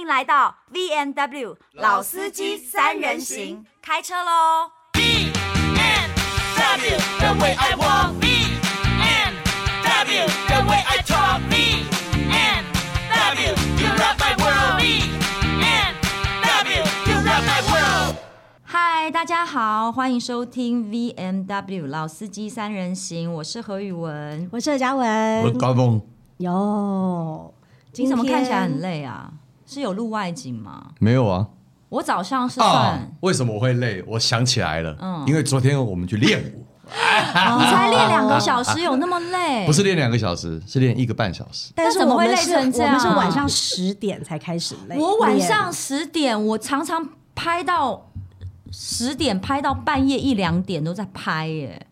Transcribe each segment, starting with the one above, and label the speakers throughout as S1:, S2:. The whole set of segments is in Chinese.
S1: 迎来到 V N W 老司机三人行，开车喽！
S2: BMW, the way I walk. BMW, the way I talk. BMW, you rock my world. BMW, you rock my world.
S1: 嗨，大家好，欢迎收听 V N W 老司机三人行，我是何宇文。
S3: 我是嘉
S4: 我
S3: 文，
S4: 高峰
S3: 有，
S1: 你
S3: 今
S1: 怎么看起来很
S3: 累？
S1: 累啊？是有录外景吗？
S4: 没有啊？
S1: 我早上是
S4: 啊
S1: 算，，
S4: 为什么我会累？我想起来了，
S1: 嗯
S4: 因为昨天我们去练舞，
S1: 哦你才练两个小时，有那么累？
S4: 不是练两个小时，是练一个半小时。
S3: 但是
S1: 那怎么
S3: 我们
S1: 会累
S3: 是
S1: 成这样
S3: 我们是晚上十点才开始累。
S1: 我晚上十点，我常常拍到十点，拍到半夜一两点都在拍耶。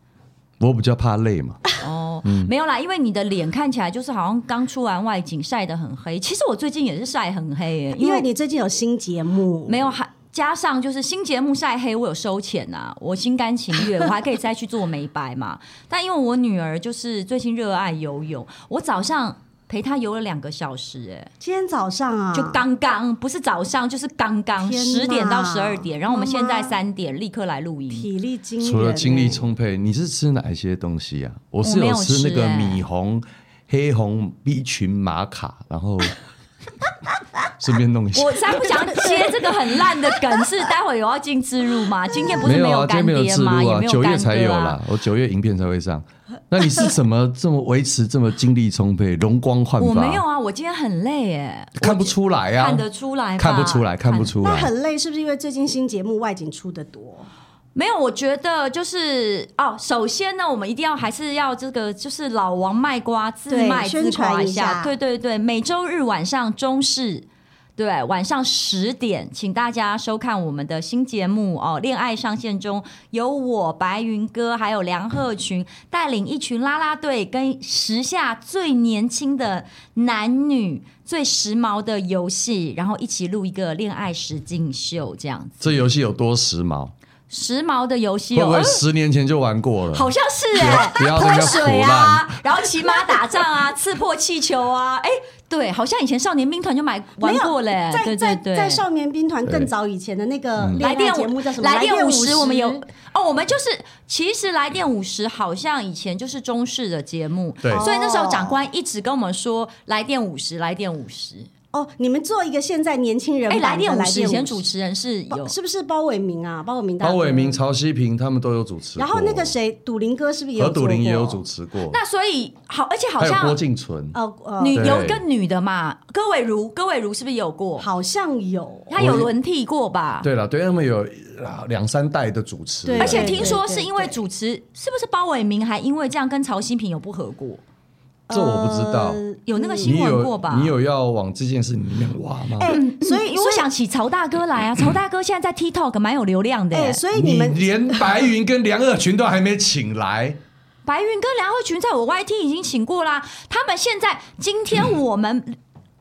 S4: 我比较怕累嘛，
S1: 哦，
S4: 嗯
S1: 没有啦，因为你的脸看起来就是好像刚出完外景，晒得很黑。其实我最近也是晒很黑耶，
S3: 因
S1: 为
S3: 为你最近有新节目，
S1: 没有还。加上就是新节目晒黑，我有收钱呐、我心甘情愿，我还可以再去做美白嘛。 但因为我女儿就是最近热爱游泳，我早上陪她游了两个小时、哎，
S3: 今天早上啊，
S1: 就刚刚，不是早上，就是刚刚
S3: 天哪
S1: 十点到十二点，然后我们现在
S3: 妈妈
S1: 三点立刻来录音。
S3: 体力惊人欸，
S4: 除了精力充沛，你是吃哪一些东西呀、啊？我是
S1: 我没有吃
S4: 吃那个
S1: 欸
S4: 米红、黑红 B 群玛卡，然 后顺便弄一下
S1: 我。才不想接这个很烂的梗，是待会有要进自入 吗？今天不是
S4: 没有啊，
S1: 干
S4: 今天没有
S1: 爹
S4: 自
S1: 吗？
S4: 录
S1: 也
S4: 啊
S1: 没，有
S4: 九月
S1: 干
S4: 才有
S1: 哥
S4: 啦
S1: 啊。，
S4: 我九月影片才会上。那你是怎么这么维持这么精力充沛、容光焕发？
S1: 我没有啊，我今天很累哎，
S4: 看不出来啊，
S1: 看得出来吧，
S4: 看不出来，看不
S1: 看
S4: 出
S3: 那
S4: 来。
S3: 很累，是不是因为最近新节目外景出的多？
S1: 没有，我觉得就是哦，首先呢，我们一定要还是要这个，就是老王卖瓜，自
S3: 对
S1: 卖自
S3: 宣传
S1: 夸
S3: 一下
S1: 对对对，每周日晚上中视。对，晚上十点，请大家收看我们的新节目哦，《恋爱上线中》，由我白云哥还有梁鹤群带领一群啦啦队，跟时下最年轻的男女、最时髦的游戏，然后一起录一个恋爱实境秀，这样子。
S4: 这游戏有多时髦？
S1: 时髦的游戏
S4: 会
S1: 哦，
S4: 不会
S1: 嗯
S4: 十年前就玩过了？
S1: 好像是哎、
S4: 嗯不要不
S1: 泼
S4: 要在那边
S1: 水
S4: 胡
S1: 啊
S4: 乱，
S1: 然后骑马打仗啊，刺破气球啊，哎、对，好像以前少年兵团就买玩
S3: 没有
S1: 过嘞、
S3: 在
S1: 对
S3: 在
S1: 对对。
S3: 在少年兵团更
S4: 对
S3: 早以前的那个恋
S1: 来
S3: 爱
S1: 电
S3: 节目叫什么？
S1: 来电
S3: 五
S1: 五十，
S3: 十，
S1: 我们有哦，我们就是其实来电五十好像以前就是中式的节目，
S4: 对
S1: 所以那时候长
S3: 哦
S1: 官一直跟我们说来电五十，来电五十，
S3: 哦，你们做一个现在年轻人
S1: 哎，
S3: 版的
S1: 来电五
S3: 来
S1: 十，以
S3: 电五
S1: 前主持人是有
S3: 包是不是包伟明啊？包伟明大哥，
S4: 包伟明、曹希平他们都有主持过
S3: 然后那个谁，赌林哥是不是也有
S4: 何
S3: 做
S4: 笃林也有
S3: 过
S4: 主持过，
S1: 那所以好，而且好
S4: 还有郭
S1: 像嗯
S4: 敬纯，
S3: 哦呃，
S1: 女
S4: 对
S1: 有一个女的嘛，戈伟如，戈伟如是不是也有过？
S3: 好像有，
S1: 她有轮替过吧？
S4: 对了，对他们有啊两三代的主持人，
S3: 对
S1: 而且
S3: 对
S1: 听说是因为
S3: 对对
S1: 主持，是不是包伟明还因为这样跟曹新平有不和过？
S4: 这我不知道。
S3: 呃
S1: 有那个
S4: 你
S1: 新闻过
S4: 有
S1: 吧？哎
S4: 你有要往这件事里面挖吗？
S3: 哎所以
S1: 嗯因为我
S3: 所以
S1: 想起曹大 哥来啊，曹大哥现在在 TikTok 蛮有流量的
S3: 哎、
S1: 耶。
S3: 所以你们
S4: 连白云跟梁二群都还没请来，
S1: 白云跟梁慧群在我 YT 已经请过啦，他们现在今天我们。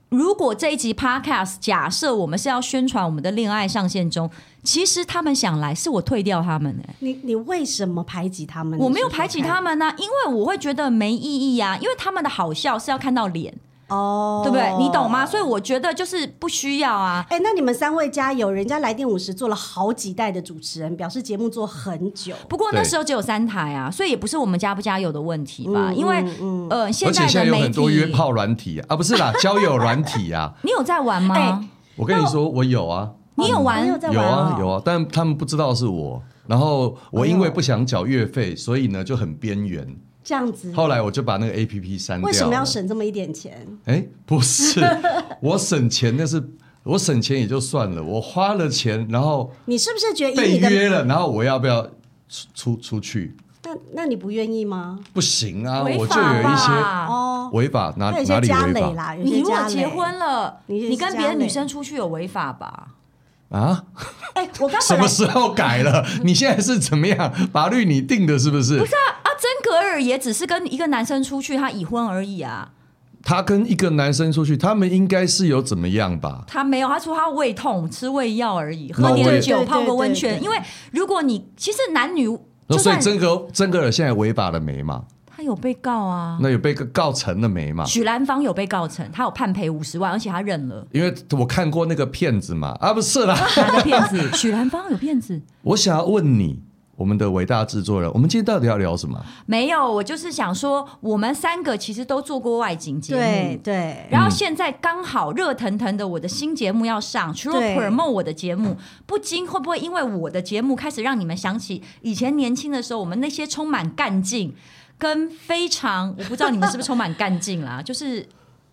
S1: 如果这一集 podcast 假设我们是要宣传我们的恋爱上线中，其实他们想来，是我退掉他们哎、
S3: 你你为什么排挤他们？
S1: 我
S3: 你
S1: 没有
S3: 说说
S1: 排挤
S3: 看
S1: 他们呢、啊因为我会觉得没意义啊，因为他们的好笑是要看到脸，
S3: 哦，
S1: 对不对？你懂吗？所以我觉得就是不需要啊。
S3: 哎、那你们三位加油！人家来电五十做了好几代的主持人，表示节目做很久。
S1: 不过那
S4: 对
S1: 时候只有三台啊，所以也不是我们加不加油的问题吧？
S3: 嗯
S1: 因为、
S3: 嗯
S1: 呃，
S4: 而
S1: 现
S4: 且
S1: 在
S4: 现在
S1: 的
S4: 有
S1: 媒
S4: 很
S1: 体
S4: 多约炮软体啊，啊不是 啦，交友软体啊。
S1: 你有在玩吗？
S3: 哎
S4: 我跟你说，我有啊，
S1: 你有玩？
S3: 你有在
S4: 有
S3: 玩
S4: 啊
S3: 哦哎
S4: 有啊，但他们不知道是我。然后我因为不想缴月费，所以呢就很边缘。
S3: 这样子，
S4: 后来我就把那个 A P P 删掉。
S3: 为什么要？省这么一点钱？
S4: 哎，不是， 我省钱那是我省钱也就算了，我花了钱，然后
S3: 你是不是觉得以
S4: 被
S3: 你的
S4: 约了，然后我要不要出出出去？
S3: 那那你不愿意吗？
S4: 不行啊，
S1: 违
S4: 我就
S1: 法
S4: 有一些
S1: 吧？
S3: 哦，
S4: 违法，哪
S3: 那有
S4: 哪
S3: 些
S4: 里
S3: 家
S4: 违
S3: 累
S4: 法
S3: 啦，有
S1: 你
S3: 些
S1: 如果
S3: 家累
S1: 结婚了，
S3: 你是
S1: 你跟别的
S3: 家累
S1: 女生出去有违法吧？
S4: 啊？
S3: 哎、我刚
S4: 什
S3: 本来
S4: 么时候 改了？你现在是怎么样？法律你定的是不是？
S1: 啊，曾格尔也只是跟一个男生出去，他已婚而已啊，
S4: 他跟一个男生出去，他们应该是有怎么样吧？
S1: 他没有，他说他胃痛，吃胃药而已，
S4: 那
S1: 喝
S4: 我也
S1: 点酒，
S3: 对对
S1: 泡个温
S3: 对
S1: 他有被告啊。
S4: 那有被告成了没嘛？
S1: 许兰芳有被告成，他有判赔五十万，而且他认了。
S4: 因为我看过那个骗子嘛，啊不是啦，
S1: 哪个骗 子？许兰芳有骗子？
S4: 我想要问你，我们的伟大制作人，我们今天到底要聊什么？
S1: 没有，我就是想说，我们三个其实都做过外景节目。
S3: 对对，
S1: 然后现在刚好热腾腾的我的新节目要上，除了
S3: 对
S1: promote 我的节目，不禁会不会因为我的节目开始让你们想起以前年轻的时候，我们那些充满干劲跟非常，我不知道你们是不是充满干劲啦， 就是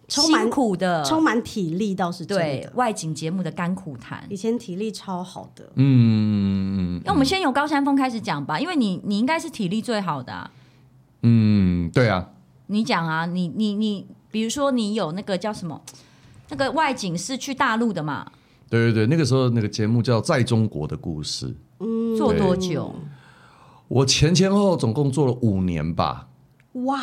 S3: 充满
S1: 辛苦的，
S3: 充满体力倒是真
S1: 嗯对
S3: 的。
S1: 外景节目的甘苦谈。
S3: 以前体力超好的，
S4: 嗯
S1: 那我们先由高山峰开始讲吧，因为你你应该是体力最好的啊、
S4: 嗯，对啊，
S1: 你讲啊，你你你，比如说你有那个叫什么，那个外景是去大陆的嘛，
S4: 对对对，那个时候那个节目叫《在中国的故事》，
S1: 做多久？
S4: 我前前后后总共做了五年吧，
S3: 哇！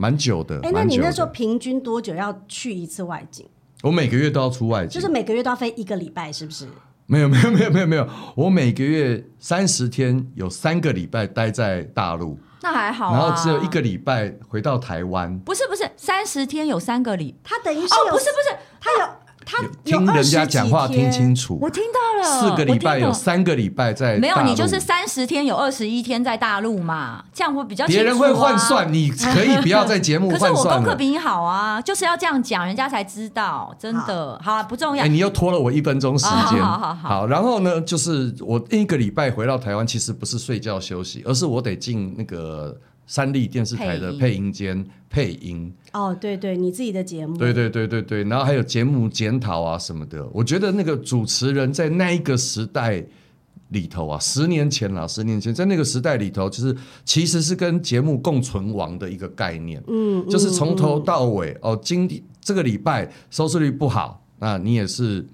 S4: 蛮久的。
S3: 哎，那
S4: 蛮
S3: 你
S4: 久
S3: 那
S4: 的
S3: 时候平均多久要去一次外景？
S4: 我每个月都要出外景，
S3: 就是每个月都要飞一个礼拜，是不是？
S4: 没有没 有没有没有没有，我每个月三十天有三个礼拜待在大陆，
S1: 那还好、啊，
S4: 然后只有一个礼拜回到台湾。
S1: 不是不是，三十天有三个礼
S3: 他等于是
S1: 哦，
S3: 有
S1: 不是不是，
S3: 他有他有
S4: 听人家讲话
S3: 20几天
S4: 听清楚
S1: 我，听到了，
S4: 四个礼拜有
S1: 我听
S4: 三个礼拜在
S1: 到了没有？
S4: 大陆
S1: 你就是三十天有二十一天在大陆嘛，这样会比较清楚
S4: 别
S1: 啊
S4: 人会换。算，你可以不要在节目
S1: 可是
S4: 换
S1: 我
S4: 算
S1: 功课
S4: 了。
S1: 比你好啊，就是要这样讲，人家才知道，真的。好啊，不重要
S4: 哎，。你又拖了我一分钟时间。
S1: 哦好好好
S4: 然后呢，就是我一个礼拜回到台湾，其实不是睡觉休息，而是我得进那个三立电视台的
S1: 配
S4: 配音间配音。
S3: 哦，对对，你自己的节目，
S4: 对对对对对，然后还有节目检讨啊什么的。我觉得那个主持人在那一个时代里头啊，十年前啦，十年前在那个时代里头，就是其实是跟节目共存亡的一个概念。嗯，就是从头到尾哦，今这个礼拜收视率不好，那你也是。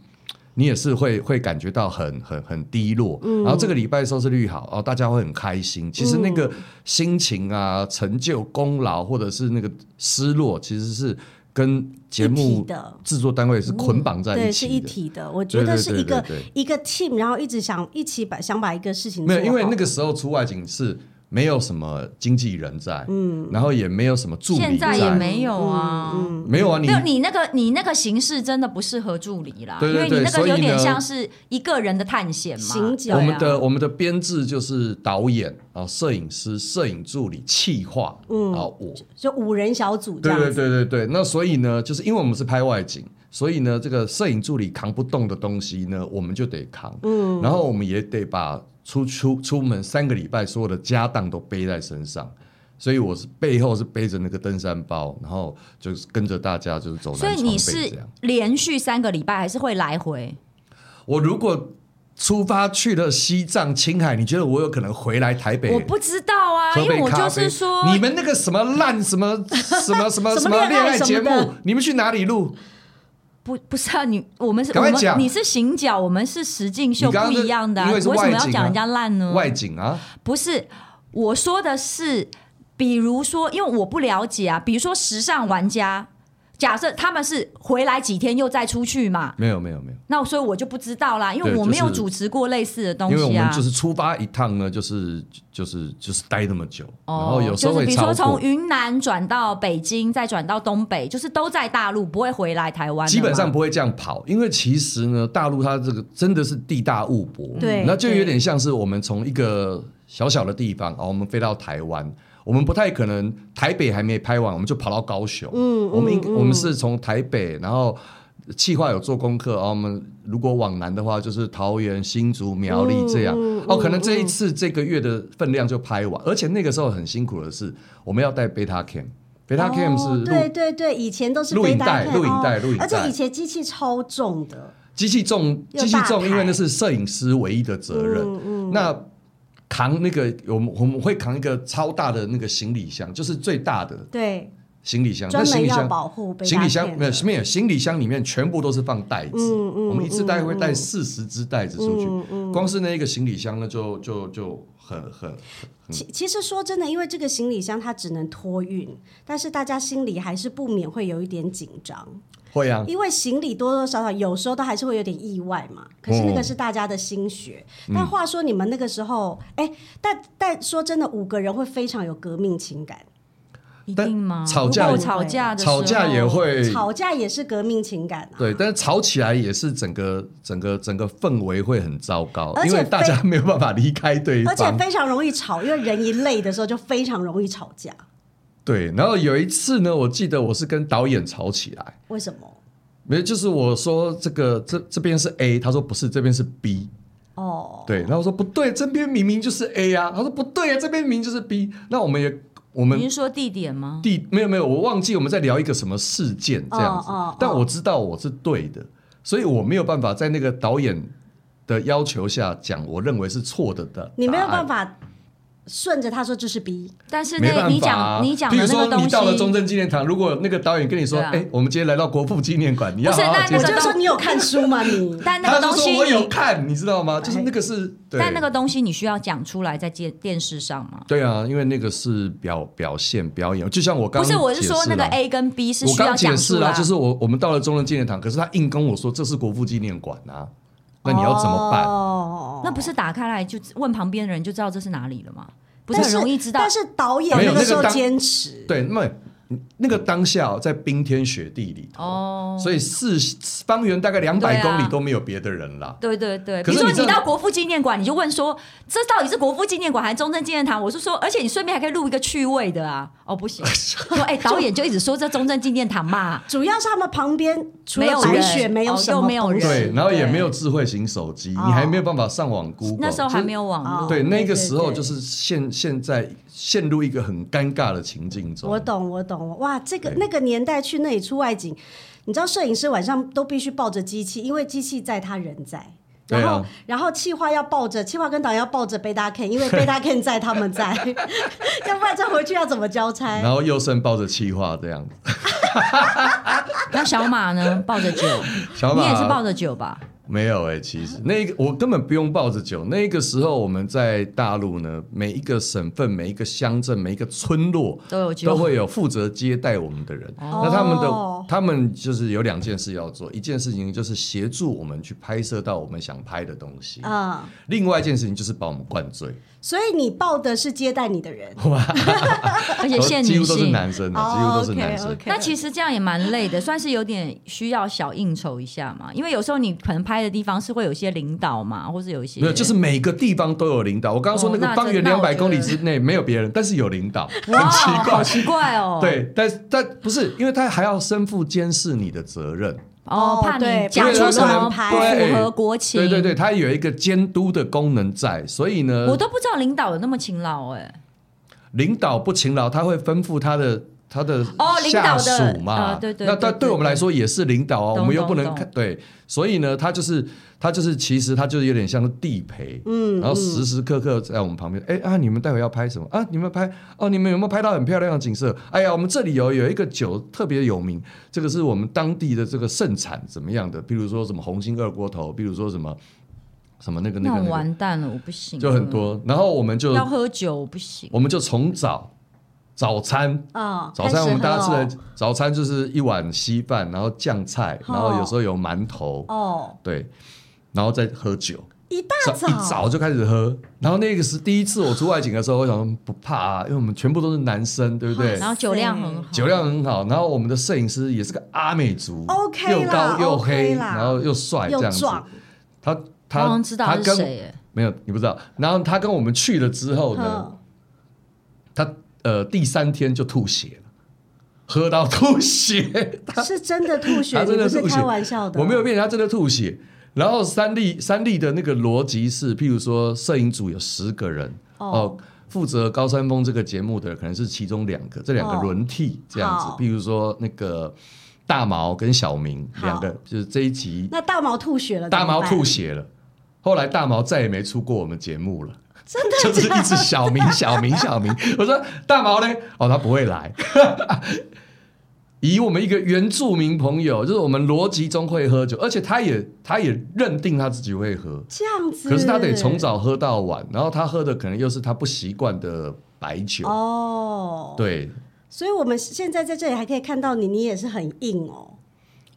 S4: 你也是会会感觉到很很很低落，然后这个礼拜收视率好，哦，大家会很开心。其实那个心情啊、成就、功劳或者是那个失落，其实是跟节
S3: 一体
S4: 目
S3: 的嗯
S4: 制作单位是捆绑在
S3: 对
S4: 一
S3: 是
S4: 起
S3: 一
S4: 的。
S3: 体的。我觉得
S4: 对对
S3: 是
S4: 对
S3: 一个
S4: 对对
S3: 一个 team，然后一直想一起把想把一个事情
S4: 没有，
S3: 做
S4: 因为
S3: 好
S4: 那个时候出外景是没有什么经纪人在，嗯，然后也没有什么助理
S1: 现在也没有啊，
S3: 嗯
S4: 没有啊，你
S1: 没有你那个你那个形式真的不适合助理啦，
S4: 对对
S1: 因为
S4: 对
S1: 你那个
S4: 所以
S1: 有点
S4: 呢
S1: 像是一个人的探险嘛。
S3: 行脚
S4: 我们
S1: 对
S4: 的
S1: 啊
S4: 我们的编制就是导演啊、摄影师、摄影助理、企划，嗯，啊，我
S3: 就五人小组这
S4: 对
S3: 样
S4: 对
S3: 子，
S4: 对对对，那所以呢，就是因为我们是拍外景，所以呢，这个摄影助理扛不动的东西呢，我们就得扛。嗯，然后我们也得把出出出门三个礼拜所有的家当都背在身上。所以我是背后是背着那个登山包，然后就是跟着大家就是走南
S1: 所以
S4: 闯
S1: 你
S4: 北这
S1: 是
S4: 样。
S1: 连续三个礼拜还是会来回？
S4: 我如果出发去了西藏、青海，你觉得我有可能回来台北？
S1: 我不知道啊，
S4: 喝
S1: 因为
S4: 杯
S1: 我
S4: 咖
S1: 就
S4: 啡。
S1: 是说，
S4: 你们那个什么烂 什么什么什么
S3: 什么恋爱
S4: 恋爱
S3: 什么
S4: 节目
S3: 的，
S4: 你们去哪里录？
S1: 不不是啊，你我们是
S4: 赶
S1: 我
S4: 快
S1: 们
S4: 讲
S1: 你是行脚，我们是实境秀，
S4: 你刚
S1: 不
S4: 刚是
S1: 一样的、啊。
S4: 因
S1: 你
S4: 为是
S1: 为什么
S4: 外
S1: 要
S4: 景啊
S1: 讲人家烂呢？
S4: 外景啊，
S1: 不是，我说的是，比如说，因为我不了解啊，比如说时尚玩家，假设他们是回来几天又再出去嘛，
S4: 没有没有没有，
S1: 那所以我就不知道啦，因为
S4: 对
S1: 我没有
S4: 就是
S1: 主持过类似的东
S4: 因为我
S1: 西
S4: 们
S1: 啊。
S4: 就是出发一趟呢，就是就是就是待那么久，然后
S1: 哦，
S4: 有时
S1: 就
S4: 候
S1: 是
S4: 会
S1: 比如
S4: 超
S1: 说从
S4: 过。
S1: 云南转到北京，再转到东北，就是都在大陆，不会回来台湾的嘛。
S4: 基本上不会这样跑，因为其实呢，大陆它这个真的是地大物博，
S1: 嗯
S3: 对
S4: 那就
S3: 对
S4: 有点像是我们从一个小小的地方哦，我们飞到台湾，我们不太可能台北还没拍完，我们就跑到高雄，嗯，我们应、我们是从台北，然后。计划有做功课啊、哦，我们如果往南的话，就是桃园、新竹、苗栗这样、
S3: 嗯
S4: 哦。可能这一次这个月的分量就拍完，而且那个时候很辛苦的是，我们要带 beta cam，beta cam 是
S3: 哦
S4: 录
S3: 对对对，以前都是
S4: 录影带
S3: beta cam，
S4: 录影带
S3: 哦
S4: 录影带
S3: 而且以前机器超重的，
S4: 机器重，
S3: 又
S4: 机器
S3: 大嗯
S4: 重，
S3: 台
S4: 因为那是摄影师唯一的责任。那扛那个，我们我们会扛一个超大的那个行李箱，就是最大的
S3: 对，
S4: 行李箱。那
S3: 专
S4: 行
S3: 门
S4: 李
S3: 要
S4: 箱，
S3: 保护被
S4: 行李箱
S3: 诈骗
S4: 没
S3: 的嗯
S4: 有没有，行李箱里面全部都是放袋子。我们一次带会带四十只袋子出去，光是那一个行李箱呢，就就就很很
S3: 其其实说真的，因为这个行李箱它只能托运，但是大家心里还是不免会有一点紧张，
S4: 会啊。
S3: 因为行李多多少少有时候都还是会有点意外嘛。可是那个是大家的心血。但话说你们那个时候，哎、但但说真的，五个人会非常有革命情感。
S1: 一
S4: 但
S1: 定吗？
S4: 吵架
S1: 如果
S3: 也
S1: 吵架的时候
S4: 吵架也会
S3: 吵架也是革命情感啊。
S4: 对，但是吵起来也是整个整个整个氛围会很糟糕，
S3: 而且
S4: 因为大家没有办法离开对
S3: 而且
S4: 方。
S3: 非常容易吵，因为人一累的时候就非常容易吵架。
S4: 对，然后有一次呢，我记得我是跟导演吵起来，
S3: 为什么？
S4: 没有就是我说这个这这边是 A，他说不是，这边是 B。
S3: 哦，
S4: 对，然后我说不对，这边明明就是 A 啊，他说不对啊，这边明明就是 B。那我们也我们
S1: 你是说地点吗？
S4: 第没有没有，我忘记我们在聊一个什么事件这样子，
S3: 哦哦哦
S4: 但我知道我是对的，所以我没有办法在那个导演的要求下讲我认为是错的的。
S3: 你没有办，法顺着他说就是 B，
S1: 但是
S4: 没
S1: 那
S4: 办
S1: 你
S4: 法
S1: 讲、
S4: 啊、
S1: 你讲
S4: 比
S1: 的
S4: 如
S1: 那
S4: 说
S1: 个东
S4: 你到了中
S1: 西，
S4: 正纪念堂，如果那个导演跟你说，
S1: 对
S4: 哎、
S1: 啊
S4: 我们今天来到国父纪念馆，你要
S1: 不
S4: 好
S1: 是
S4: 好
S1: 那
S4: 接
S3: 我
S1: 这
S4: 受
S1: 个。
S3: 就说
S1: 东
S3: 你有看书吗？你
S1: 但那
S4: 他
S1: 个
S4: 就
S1: 东西
S4: 说我有
S1: 你，哎
S4: 看，你知道吗？就是那个是，对
S1: 但那个东西你需要讲出来在电电视上吗？
S4: 对啊，因为那个是表表现表演，就像我刚
S1: 不是，我是
S4: 解释
S1: 说那个
S4: 了
S1: A 跟 B 是
S4: 我
S1: 需要
S4: 刚解
S1: 讲
S4: 释
S1: 出
S4: 啦，
S1: 来，
S4: 就是我我们到了中正纪念堂，可是他硬跟我说这是国父纪念馆啊，那你要怎么办？
S3: 哦
S1: 那不是打开来就问旁边的人就知道这是哪里了吗？不是
S3: 但
S1: 很容易知道
S3: 但。是导演
S4: 没有
S3: 那个时
S4: 那
S3: 候
S4: 个当
S3: 坚持，
S4: 对，那么那个当下哦在冰天雪地里头，
S1: 哦
S4: 所以四方圆大概两
S1: 对
S4: 百
S1: 啊
S4: 公里都没有别的人啦。
S1: 对对对，比
S4: 可
S1: 如
S4: 是
S1: 说
S4: 你
S1: 你
S4: 知道
S1: 到国父纪念馆，你就问说这到底是国父纪念馆还是中正纪念堂？我是说，而且你顺便还可以录一个趣味的啊。哦，不 行，说哎、导演就一直说这中正纪念堂嘛，
S3: 主要是他们旁边除
S1: 没
S3: 了
S1: 有
S3: 白
S1: 人
S3: 雪没有
S1: 哦
S3: 什
S1: 又
S3: 么
S1: 没有
S3: 东西
S1: 人
S4: 对，然后也
S1: 对
S4: 没有智慧型手机，
S3: 哦
S4: 你还没有办法上网 Google。
S1: 那时候还没
S4: 有。
S1: 有网络。
S3: 哦
S4: 对，那个时候
S1: 对
S4: 就是现现在陷入一个很尴尬的情境中。
S3: 我懂，我懂，哇，这个
S4: 对
S3: 那个年代去那里出外景，你知道摄影师晚上都必须抱着机器，因为机器在，他人在。
S4: 对啊
S3: 然后，然后企划要抱着，企划跟导演要抱着贝达 Ken，因为 贝达 Ken 在，他们在，要不然再回去要怎么交 差？
S4: 然后佑胜抱着气话这样子，
S1: 那小马呢？抱着 酒，
S4: 小马
S1: 你也是抱着酒 吧？
S4: 没有哎、其实那个我根本不用抱着酒。那个时候我们在大陆呢，每一个省份、每一个乡镇、每一个村落
S1: 都有酒
S4: 都会有负责接待我们的人。
S1: 哦
S4: 那他们的他们就是有两件事要做，一件事情就是协助我们去拍摄到我们想拍的东西，
S3: 嗯，
S4: 另外一件事情就是把我们灌醉。
S3: 所以你抱的是接待你的人，
S1: 而且限
S4: 几
S1: 女
S4: 乎都是
S1: 性。哦
S4: 男生的，几乎都
S3: 哦
S4: 是男生。
S3: o k
S1: 那其实这样也蛮累的，算是有点需要小应酬一下嘛。因为有时候你可能拍的地方是会有一些领导嘛，或是有一些
S4: 没有，就是每个地方都有领导。我刚刚说
S1: 哦
S4: 那个
S1: 那
S4: 方圆
S1: 真那
S4: 两
S1: 我
S4: 百
S1: 觉
S4: 公里
S1: 得
S4: 之内没有别人，但是有领导，很
S1: 哇，
S4: 奇怪
S1: 好。奇怪哦。
S4: 对，但但不是，因为他还要身负监视你的责任，
S3: 哦，
S1: 哦怕你
S3: 对
S1: 讲出什么不
S4: 对
S1: 符合国情。
S4: 对对对，，他有一个监督的功能在，所以呢
S1: 我，都不知道领导有那么勤劳哎、
S4: 领导不勤劳，他会吩咐他的。他的
S1: 哦领导
S4: 下
S1: 的
S4: 属嘛，
S1: 呃对对
S4: 那
S1: 对
S4: 但
S1: 对
S4: 对我们来说也是领导啊，
S1: 懂
S4: 我们又
S1: 懂
S4: 不能
S1: 懂
S4: 看对，所以呢，他就是他就是其实他就是有点像是地陪，嗯，然后时时刻刻在我们旁边，哎啊，你们待会要拍什么啊？你们拍哦，你们有没有拍到很漂亮的景色？哎呀，我们这里有有一个酒特别有名，这个是我们当地的这个盛产怎么样的？比如说什么红星二锅头，比如说什么什么那个
S1: 那
S4: 那个
S1: 我
S4: 那个，
S1: 完蛋了，我不行，
S4: 就很多。然后我们就
S1: 要喝酒，我不行。
S4: 我们就从早早餐，
S3: 嗯，
S4: 早餐我们大家吃
S3: 开始
S4: 的早餐就是一碗稀饭，然后酱菜，然后有时候有馒头，
S3: 喝哦，
S4: 对，然后再喝酒。
S3: 一大
S4: 早一早就开始喝，然后那个是第一次我出外景的时候，我想说不怕啊，因为我们全部都是男生，对不对
S1: 哦然？后酒量很好，
S4: 酒量很好，然后我们的摄影师也是个阿美族
S3: OK
S4: 又
S3: 啦
S4: 高又
S3: OK
S4: 黑，
S3: 啦
S4: 然后又帅这
S3: 又
S4: 样子。
S3: 壮，
S4: 他
S1: 我好
S4: 他
S1: 像知道
S4: 他
S1: 他是
S4: 跟
S1: 谁哎、
S4: 没有你不知道，然后他跟我们去了之后呢，
S3: 嗯，
S4: 他呃第三天就吐血了，喝到吐血，
S3: 是真的吐血，
S4: 他
S3: 你
S4: 真
S3: 不
S4: 的
S3: 是
S4: 吐血
S3: 开玩笑的，啊哦
S4: 我没有骗你，他真的吐血。然后三立三立的那个逻辑是，譬如说摄影组有十个人
S3: 哦
S4: 哦。负责《高山峰》这个节目的可能是其中两个，这两个
S3: 哦
S4: 轮替这样子。
S3: 好
S4: 譬如说那个大毛跟小明
S3: 好
S4: 两个，就是这一集
S3: 那大毛吐血了，
S4: 大毛吐
S3: 血，
S4: 血了，后来大毛再也没出过我们节目了。真的 就是一直小明小明小明， 我说大毛呢？哦，他不会来。 以我们一个原住民朋友，就是我们逻辑中会喝酒，而且他也他也认定他自己会喝，
S3: 这样子，
S4: 可是他得从早喝到晚，然后他喝的可能又是他不习惯的白酒，
S3: 哦，
S4: 对，
S3: 所以我们现在在这里还可以看到你，你也是很硬哦。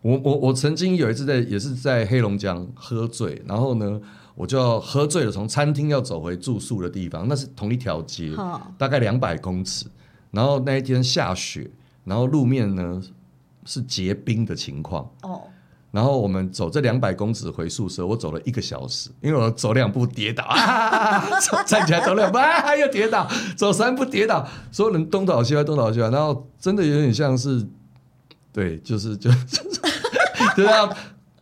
S4: 我我我曾经有一次在也是在黑龙江喝醉，然后呢，我就要喝醉了，从餐厅要走回住宿的地方，那是同一条街
S3: 好，
S4: 大概两百公尺。然后那一天下雪，然后路面呢是结冰的情况。
S3: 哦，
S4: 然后我们走这两百公尺回宿舍，我走了一个小时，因为我走两步跌倒， 啊、走站起来走两步、 啊、又跌倒，走三步跌倒，所有人东倒西歪，东倒西歪，然后真的有点像是，对，就是就 就是要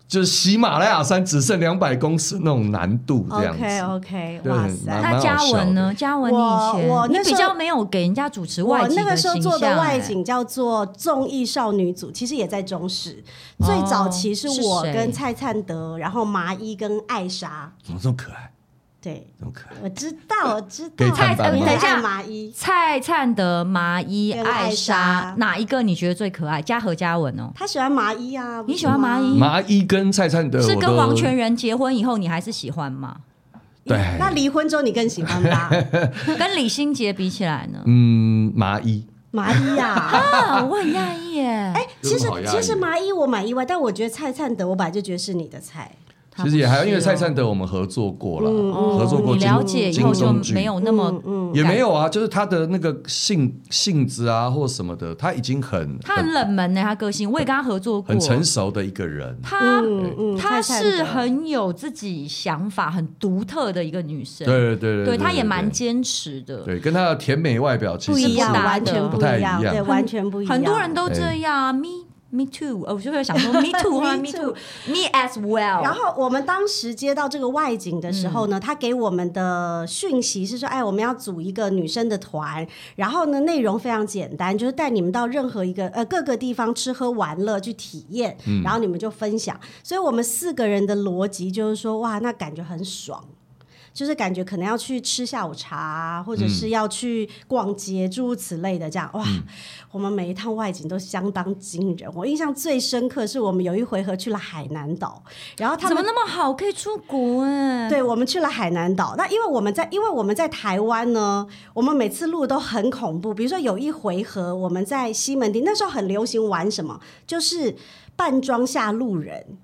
S4: 就是喜马拉雅山只剩两百公尺那种难度这样子。
S3: OK 哦 OK，
S4: 对
S3: 哇
S4: 很
S3: 塞
S4: 难。
S1: 那嘉文呢？嘉文，你以前
S3: 我我
S1: 你
S3: 那时
S1: 比
S3: 候
S1: 较没有给人家主持外
S3: 我
S1: 景
S3: 那个时候
S1: 形
S3: 做的
S1: 象
S3: 外
S1: 哎
S3: 景叫做综艺少女组，其实也在中视。最早期是
S1: 哦是
S3: 我
S1: 谁
S3: 跟蔡灿德，然后麻衣跟艾莎。
S4: 怎么这么可爱？
S3: 对，
S4: 这么可爱？
S3: 我知道，我知
S4: 可以
S3: 道。
S4: 看版
S1: 吗
S3: 你
S1: 哎等一下
S3: 麻衣，
S1: 蔡灿德、麻衣、
S3: 跟
S1: 艾
S3: 艾
S1: 莎
S3: 莎，
S1: 哪一个你觉得最可爱？嘉禾、嘉文哦，
S3: 他喜欢麻衣啊。不
S1: 你
S3: 是
S1: 喜欢麻
S3: 吗
S1: 衣
S4: 麻衣跟蔡灿德
S1: 是
S4: 我
S1: 跟
S4: 都
S1: 王全仁结婚以后，你还是喜欢 吗？
S4: 对，
S3: 那离婚之后你更喜欢 吧？
S1: 跟李心洁比起来呢？
S4: 嗯麻衣
S3: 麻衣 啊，
S1: 啊，我很讶异耶，哎，
S3: 其实
S4: 真的好压抑
S3: 其实麻衣我蛮意外，但我觉得蔡灿德我本来就觉得是你的菜。
S4: 其实也还好，因为蔡灿德我们合作过了，
S3: 嗯
S4: 合作过
S1: 你
S4: 金
S1: 了解以
S4: 金
S1: 后就
S4: 钟剧
S1: 没有那么
S3: 嗯嗯
S4: 也没有啊，就是他的那个性性质啊，或什么的，他已经很
S1: 他很
S4: 很
S1: 冷门呢，他个性，我也跟他合作过，
S4: 很成熟的一个人。
S1: 他
S3: 嗯嗯
S1: 她
S3: 蔡灿德
S1: 是很有自己想法、很独特的一个女生，
S4: 对对对对，
S1: 对，她也蛮坚持的。
S4: 对，跟他的甜美外表其
S3: 不
S4: 实
S3: 一样，
S4: 是
S1: 搭
S3: 完全
S1: 的
S4: 不
S3: 不
S4: 太
S3: 一样，
S4: 一样
S3: 对，完全不一样。
S1: 很多人都这样啊，me me too，呃我就会想 说 me too 啊 me
S3: Me too
S1: too，me as well。
S3: 然后我们当时接到这个外景的时候呢，他给我们的讯息是说，哎，我们要组一个女生的团，然后呢，内容非常简单，就是带你们到任何一个呃各个地方吃喝玩乐去体验，然后你们就分享。所以我们四个人的逻辑就是说，哇，那感觉很爽。就是感觉可能要去吃下午茶，啊或者是要去逛街，诸如此类的这样。哇，我们每一趟外景都相当惊人。我印象最深刻是我们有一回合去了海南岛，然后他
S1: 怎么
S3: 们。
S1: 那么好，可以出国哎、
S3: 对，我们去了海南岛。那因为我们在，因为我们在台湾呢，我们每次录都很恐怖。比如说有一回合，我们在西门町，那时候很流行玩什么，就是扮装下路人。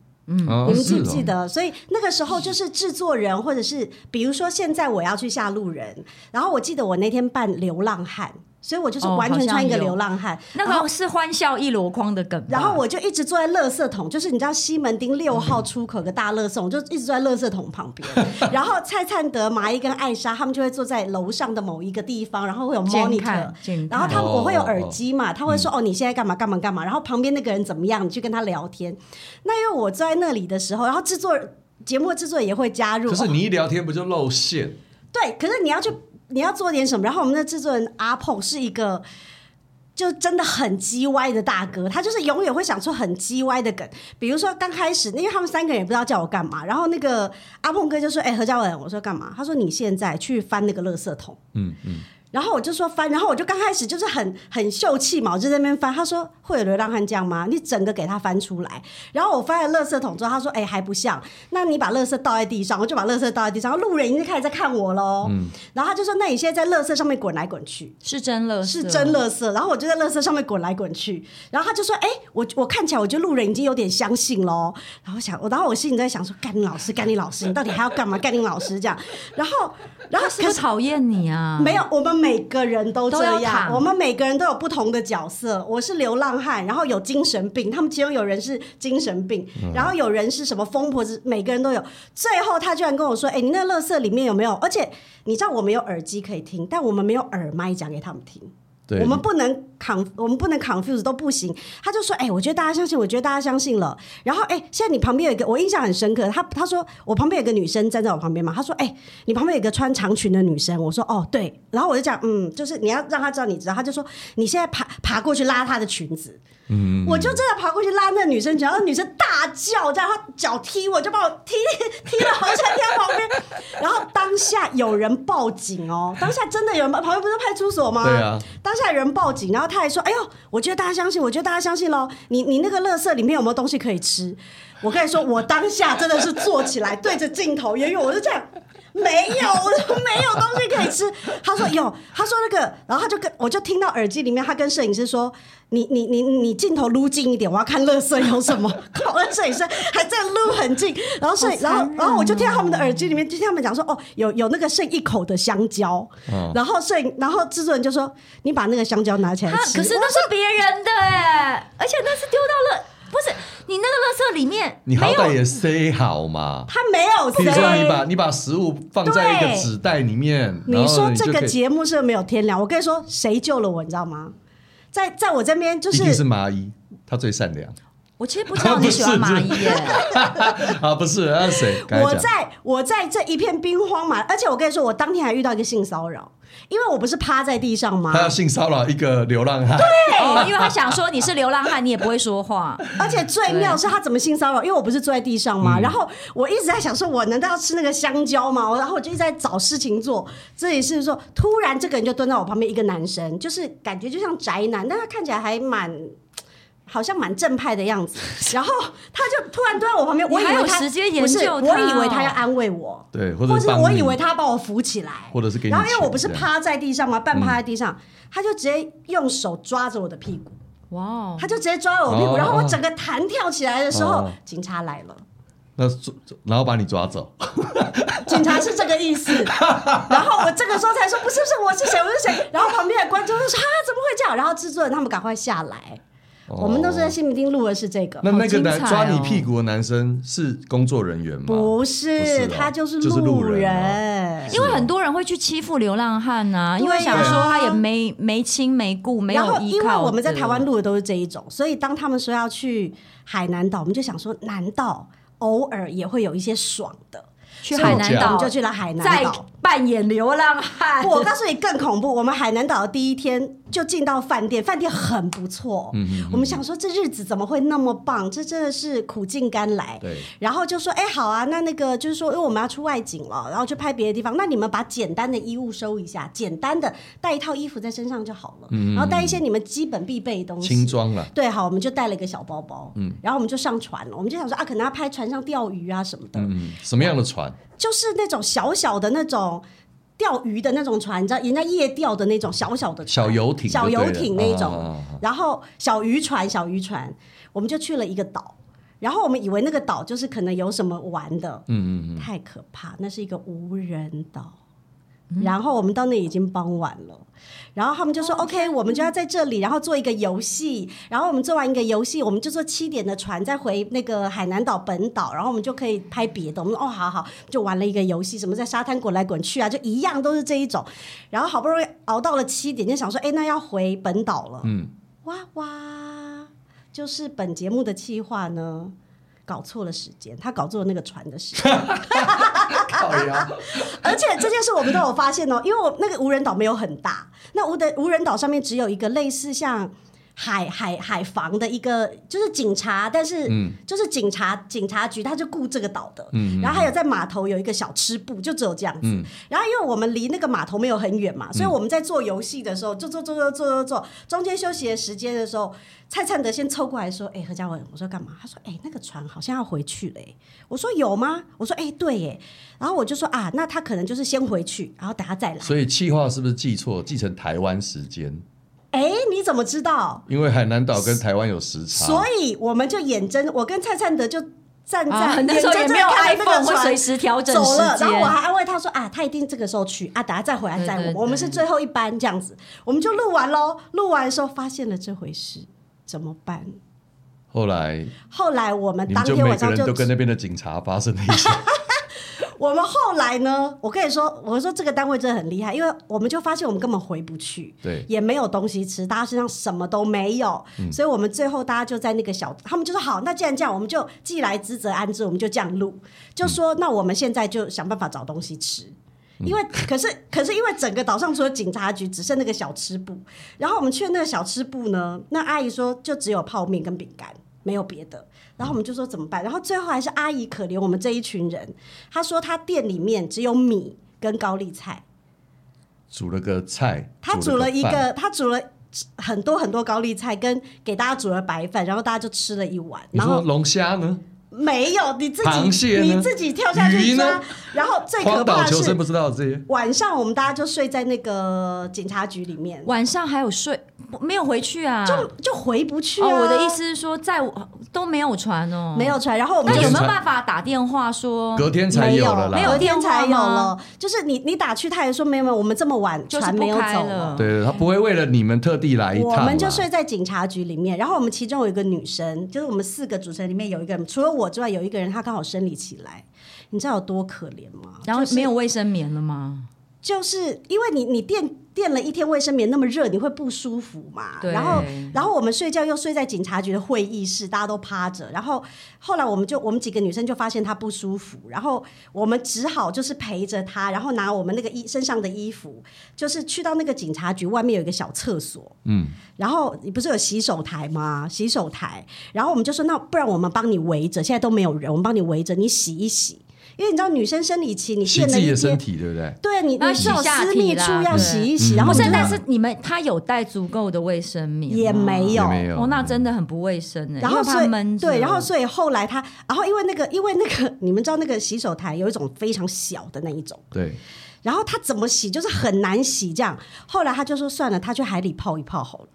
S4: 哦
S3: 你们记
S4: 是
S3: 不
S4: 哦
S3: 记得？所以那个时候就是制作人，或者是比如说现在我要去下路人，然后我记得我那天扮流浪汉，所以我就是
S1: 哦
S3: 完全
S1: 好像
S3: 穿一个
S1: 有
S3: 流浪汉，
S1: 那个是欢笑一箩筐的梗
S4: 嗯
S1: 吧。
S3: 然后我就一直坐在垃圾桶，就是你知道西门町六号出口有个大垃圾桶，我就一直坐在垃圾桶旁 边。然后蔡灿德、麻衣跟艾莎他们就会坐在楼上的某一个地方，然后会 有
S1: 监看
S3: monitor，
S1: 监
S3: 然
S1: 看
S3: 后他们
S4: 哦
S3: 我会有耳机嘛，他会说哦你现在干嘛干嘛干嘛，然后旁边那个人怎么样，你去跟他聊天。那因为我坐在那里的时候，然后制作节目制作也会加入，
S4: 可是
S3: 哦
S4: 你一聊天不就露馅？
S3: 对，可是你要去，你要做点什么。然后我们的制作人阿碰是一个。就真的很鸡歪的大哥，他就是永远会想出很鸡歪的梗，比如说刚开始，因为他们三个人也不知道叫我干嘛，然后那个阿碰哥就说：“哎、何嘉文，我说干嘛？”他说：“你现在去翻那个垃圾桶。”
S4: 嗯嗯，
S3: 然后我就说翻，然后我就刚开始就是很很秀气嘛，我就在那边翻。他说会有流浪汉这样吗？你整个给他翻出来。然后我翻了垃圾桶之后，他说哎、还不像，那你把垃圾倒在地上，我就把垃圾倒在地上。然后路人已经开始在看我喽，然后他就说那你现在在垃圾上面滚来滚去。
S1: 是真乐，
S3: 是真。垃圾，然后我就在垃圾上面滚来滚去，然后他就说：“哎、我我看起来，我觉得路人已经有点相信喽。”然后想，我然后我心里在想说：“干你老师，干你老师，你到底还要干嘛？干你老师这样。”然后，然后
S1: 他是不
S3: 可
S1: 是讨厌你啊？
S3: 没有，我们每个人都
S1: 都要
S3: 这样，
S1: 躺
S3: 我们每个人都有不同的角色。我是流浪汉，然后有精神病，他们其中有人是精神病，然后有人是什么疯婆子，每个人都有。最后他居然跟我说：“哎、你那垃圾里面有没有？”而且你知道我们有耳机可以听，但我们没有耳麦讲给他们听。
S4: 对，
S3: 我们不能 con，我们不能 confuse 都不行。他就说：“哎、我觉得大家相信，我觉得大家相信了。”然后，哎、现在你旁边有一个，我印象很深刻。他他说我旁边有一个女生站在我旁边嘛，他说：“哎、你旁边有一个穿长裙的女生。”我说：“哦，对。”然后我就讲：“嗯，就是你要让她知道你知道。”他就说：“你现在爬爬过去拉她的裙子。”嗯，我就真的爬过去拉那女生，然后女生大叫，这样她脚踢我，就把我踢踢了好像踢到旁 边。然后当下有人报警哦，当下真的有人，旁边不是派出所吗？
S4: 对啊。
S3: 当下有人报警，然后他还说：“哎呦，我觉得大家相信，我觉得大家相信喽。你你那个垃圾里面有没有东西可以吃？”我跟你说，我当下真的是坐起来对着镜头，远远我就这样，没有，我说没有东西可以吃。他说有，他说那个，然后他就跟我就听到耳机里面，他跟摄影师说：“你 你你你镜头撸近一点，我要看乐色有什么。”靠，那摄影师还在撸很近，然后摄影，然
S1: 好残
S3: 后
S1: 忍啊
S3: 然后我就听到他们的耳机里面，就听他们讲说：“哦，有有那个剩一口的香蕉。
S4: 嗯
S3: 然后摄影，然后制作人就说：“你把那个香蕉拿起来
S1: 他
S3: 吃。”
S1: 可是那是别人的哎，而且那是丢到了，不是你那个垃圾里面
S4: 你
S1: 没
S4: 好
S1: 有
S4: 歹也塞好嘛。
S3: 他没有
S4: 比如说，
S3: 谁
S4: 你把你把食物放在一个纸袋里面，然
S3: 你
S4: 后
S3: 说
S4: 就
S3: 这
S4: 可
S3: 个
S4: 以
S3: 节目是不是没有天良？我跟你说，谁救了我，你知道吗？在在我这边就
S4: 一
S3: 是
S4: 定是蚂蚁，它最善良
S1: 我其实不知道你 喜欢蚂蚁耶，
S4: 啊！不是，那是谁？刚才
S3: 我
S4: 讲
S3: 在我在这一片兵荒马，而且我跟你说，我当天还遇到一个性骚扰，因为我不是趴在地上吗
S4: 他？要性骚扰一个流浪汉，
S1: 对，因为他想说你是流浪汉，你也不会说话，
S3: 而且最妙是他怎么性骚扰，因为我不是坐在地上嘛，
S4: 嗯
S3: 然后我一直在想说，我难道要吃那个香蕉吗？我然后我就一直在找事情做，这也是说，突然这个人就蹲在我旁边，一个男生，就是感觉就像宅男，但他看起来还蛮。好像蛮正派的样子，然后他就突然蹲在我旁边，
S1: 你
S3: 我以
S1: 还
S3: 为
S1: 有
S3: 他
S1: 时间研
S3: 不是
S1: 究
S3: 我
S1: 他
S3: 以为他
S1: 哦
S3: 要安慰我，
S4: 对，或
S3: 或
S4: 者
S3: 是
S4: 帮
S3: 我
S4: 你
S3: 以为他要把我扶起来，
S4: 或者是给嗯你
S3: 然后因为
S4: 钱
S3: 我不是
S4: 这样
S3: 趴在地上嘛，半趴在地上，他就直接用手抓着我的屁股，
S1: 哇哦
S3: 他，就直接抓着我屁股，
S4: 哦
S3: 然后我整个弹跳起来的时候
S4: 哦，
S3: 警察来了。
S4: 那抓然后把你抓走，
S3: 警察是这个意 思，然后我这个时候才说不是不是我是谁我是谁，然后旁边的观众就说啊怎么会这样，然后制作人他们赶快下来，我们都是在
S4: 哦
S3: 西门町录的是这个，
S4: 那那个男
S1: 好精彩
S4: 抓
S1: 哦
S4: 你屁股的男生是工作人员吗？
S3: 不
S4: 不是
S3: 是
S4: 哦
S3: 他就是
S4: 就是路人啊
S3: 人，
S1: 因为很多人会去欺负流浪汉呐、
S3: 对啊
S1: 因为想说他也没没亲没故，没
S3: 然
S1: 有
S3: 后
S1: 依
S3: 因为
S1: 靠。
S3: 我们在台湾录的都是这一种，所以当他们说要去海南岛，我们就想说，难道偶尔也会有一些爽的？
S1: 去海南
S3: 我
S1: 岛
S3: 们就去了海南
S1: 再
S3: 岛。
S1: 扮演流浪汉，
S3: 不 我告诉你更恐怖，我们海南岛的第一天就进到饭店，饭店很不错。
S4: 嗯
S3: 我们想说这日子怎么会那么棒？这真的是苦尽甘来。
S4: 对，
S3: 然后就说，哎、好啊，那那个就是说，因为我们要出外景了，然后去拍别的地方，那你们把简单的衣物收一下，简单的带一套衣服在身上就好了，然后带一些你们基本必备的东西，
S4: 嗯轻装了。
S3: 对，好，我们就带了一个小包包，嗯，然后我们就上船了。我们就想说啊，可能要拍船上钓鱼啊什么的，
S4: 嗯，什么样的船？
S3: 就是那种小小的那种钓鱼的那种船，你知道人家夜钓的那种小小的船
S4: 小游艇就
S3: 小
S4: 对了
S3: 游艇那一种，
S4: 啊啊啊
S3: 然后小渔船，小渔船，我们就去了一个岛。然后我们以为那个岛就是可能有什么玩的，
S4: 嗯嗯
S3: 太可怕，那是一个无人岛。
S4: 嗯
S3: 然后我们到那已经傍晚了，然后他们就
S4: 哦
S3: 说、OK，我们就要在这里，然后做一个游戏，然后我们做完一个游戏，我们就坐七点的船再回那个海南岛本岛，然后我们就可以拍别的。我们说哦，好好，就玩了一个游戏，什么在沙滩滚来滚去啊，就一样都是这一种。然后好不容易熬到了七点，就想说，哎，那要回本岛了。
S4: 嗯，
S3: 哇哇，就是本节目的企划呢，搞错了时间，他搞错了那个船的时间。啊
S4: 靠呀，
S3: 而且这件事我们都有发现哦，因为我那个无人岛没有很大，那无的无人岛上面只有一个类似像海海海防的一个，就是警察，但是、
S4: 嗯
S3: 就是警察警察局，他就顾这个岛的，然后还有在码头有一个小吃部，就只有这样子。
S4: 嗯
S3: 然后因为我们离那个码头没有很远嘛，所以我们在做游戏的时候，做做做做做做做，中间休息的时间的时候，蔡灿德先凑过来说：“哎、何嘉文，我说干嘛？”他说：“哎、那个船好像要回去了、哎我说：“有吗？”我说：“哎、对耶。”然后我就说：“啊，那他可能就是先回去，然后等他再来。”
S4: 所以气划是不是记错？记成台湾时间，
S3: 哎、你怎么知道？
S4: 因为海南岛跟台湾有时差，
S3: 所以我们就眼睁，我跟蔡灿德就站在、
S1: 啊，那
S3: 眼
S1: 时候
S3: 睁睁
S1: 也
S3: 地
S1: 没有
S3: 看着那
S1: iPhone
S3: 个
S1: 会
S3: 船
S1: 随时调整
S3: 走了
S1: 时，
S3: 然后我还
S1: 间。
S3: 安慰他说啊，他一定这个时候去啊，等下再回来载我
S1: 对
S3: 们，
S1: 对
S3: 我们是最后一班这样子，我们就录完喽。录完的时候发现了这回事，怎么办？
S4: 后来
S3: 后来我们
S4: 你
S3: 当
S4: 们就
S3: 天
S4: 每
S3: 晚
S4: 个
S3: 上
S4: 人
S3: 就
S4: 都跟那边的警察发生了一 些，
S3: 我们后来呢，我跟你说，我说这个单位真的很厉害，因为我们就发现我们根本回不去，
S4: 对
S3: 也没有东西吃，大家身上什么都没有，所以我们最后大家就在那个小，他们就说好，那既然这样，我们就既来之则安之，我们就这样录，就说、那我们现在就想办法找东西吃。因为可是可是因为整个岛上除了警察局，只剩那个小吃部。然后我们去那个小吃部呢，那阿姨说就只有泡面跟饼干，没有别的。然后我们就说怎么办？然后最后还是阿姨可怜我们这一群人，她说她店里面只有米跟高丽菜，
S4: 煮了个菜，
S3: 她煮了一
S4: 饭
S3: 个，她煮了很多很多高丽菜，跟给大家煮了白饭，然后大家就吃了一碗。
S4: 你
S3: 然
S4: 说
S3: 后
S4: 龙虾呢？
S3: 没有，你自己
S4: 螃蟹呢
S3: 你自己跳下去
S4: 鱼呢
S3: 抓，然后最可
S4: 荒岛
S3: 怕的
S4: 求
S3: 是
S4: 生不知道这些。
S3: 晚上我们大家就睡在那个警察局里面，
S1: 晚上还有睡，不没有回去啊？
S3: 就就回不去啊。
S1: 哦，我的意思是说，在我哦都没有船哦，
S3: 没。有船，然后我们
S1: 那
S3: 就
S1: 有
S4: 是
S1: 没有
S4: 船
S1: 办法打电话说？
S4: 隔天才
S3: 没有
S4: 了啦，
S1: 没有
S3: 隔天才有
S1: 电话吗
S3: 了，就是你你打去，他也说没有没有，我们这么晚
S1: 就是
S3: 船
S1: 不
S3: 没有
S1: 开
S3: 走
S1: 了
S3: 了。
S4: 对，他不会为了你们特地来一趟
S3: 我
S4: 啦。
S3: 们就睡在警察局里面，然后我们其中有一个女生，就是我们四个主持人里面有一个人，除了我之外有一个人，她刚好生理期来，你知道有多可怜吗？
S1: 然后
S3: 就是
S1: 没有卫生棉了吗？
S3: 就是因为你你垫垫了一天卫生棉那么热，你会不舒服嘛？
S1: 对
S3: 然后然后我们睡觉又睡在警察局的会议室，大家都趴着。然后后来我们就我们几个女生就发现她不舒服，然后我们只好就是陪着她，然后拿我们那个衣身上的衣服，就是去到那个警察局外面有一个小厕所，
S4: 嗯，
S3: 然后你不是有洗手台吗？洗手台，然后我们就说那不然我们帮你围着，现在都没有人，我们帮你围着，你洗一洗。因为你知道女生生理期，你
S4: 洗
S3: 垫了
S4: 自
S3: 一
S4: 己的
S3: 天，
S4: 身体，对不对？
S3: 对你，
S1: 那
S3: 你是有
S1: 洗下
S3: 私
S1: 体
S3: 密
S1: 啦
S3: 处要
S1: 对
S3: 洗一
S4: 嗯
S3: 洗，然后
S1: 不
S3: 我
S1: 是
S3: 们，就
S1: 但是你们他有带足够的卫生棉吗，
S3: 也没有
S4: 嗯也。没有
S1: 哦，那真的很不卫生哎。
S3: 然后
S1: 因为
S3: 所
S1: 怕
S3: 以
S1: 闷着
S3: 对，然后所以后来他，然后因为那个，因为那个，你们知道那个洗手台有一种非常小的那一种，
S4: 对，
S3: 然后他怎么洗就是很难洗这样。后来他就说算了，他去海里泡一泡好了。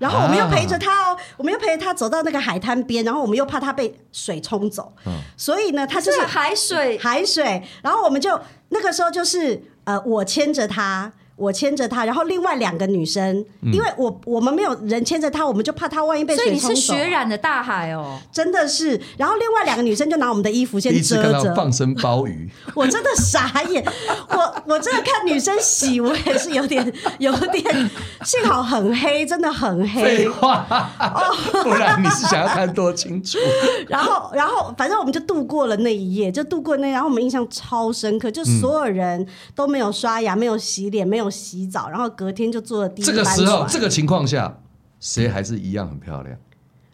S3: 然后我们又
S4: 啊
S3: 陪着他哦，我们又陪着他走到那个海滩边，然后我们又怕他被水冲走，
S4: 嗯
S3: 所以呢，他
S1: 就
S3: 就是
S1: 是啊海水
S3: 海水，然后我们就那个时候就是呃，我牵着她，我牵着她，然后另外两个女生，
S4: 嗯
S3: 因为我我们没有人牵着她，我们就怕她万一被
S1: 所以
S3: 水
S1: 你
S3: 冲
S1: 是
S3: 走，
S1: 血染的大海哦，
S3: 真的是。然后另外两个女生就拿我们的衣服
S4: 第
S3: 先
S4: 一次看
S3: 遮
S4: 到
S3: 着
S4: 放，生鲍鱼，
S3: 我真的傻眼，我我真的看女生洗，我也是有点有点，幸好很黑，真的很黑
S4: 废。话，
S3: 哦
S4: 不然你是想要看多清 楚？
S3: 然后，然后，反正我们就度过了那一夜，就度过那，然后我们印象超深刻，就
S4: 嗯
S3: 所有人都没有刷牙，没有洗脸，没有洗澡，然后隔天就坐了第一
S4: 这
S3: 班
S4: 个
S3: 船。
S4: 时候，这个情况下，谁还是一样很漂亮？